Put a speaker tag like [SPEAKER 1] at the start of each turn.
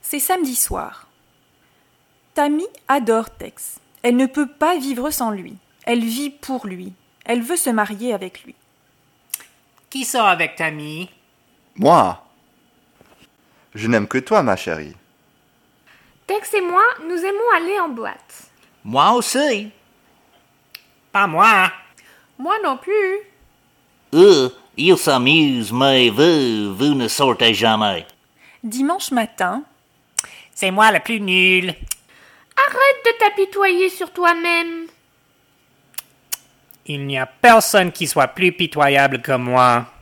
[SPEAKER 1] C'est samedi soir. Tammy adore Tex. Elle ne peut pas vivre sans lui. Elle vit pour lui. Elle veut se marier avec lui.
[SPEAKER 2] Qui sort avec Tammy
[SPEAKER 3] Moi Je n'aime que toi, ma chérie.
[SPEAKER 4] Tex et moi, nous aimons aller en boîte.
[SPEAKER 2] Moi aussi. Pas moi. hein.
[SPEAKER 4] Moi non plus.
[SPEAKER 5] Eux, ils s'amusent, mais vous, vous ne sortez jamais.
[SPEAKER 1] Dimanche matin,
[SPEAKER 2] C'est moi le plus nul.
[SPEAKER 4] Arrête de t'apitoyer sur toi-même.
[SPEAKER 2] Il n'y a personne qui soit plus pitoyable que moi.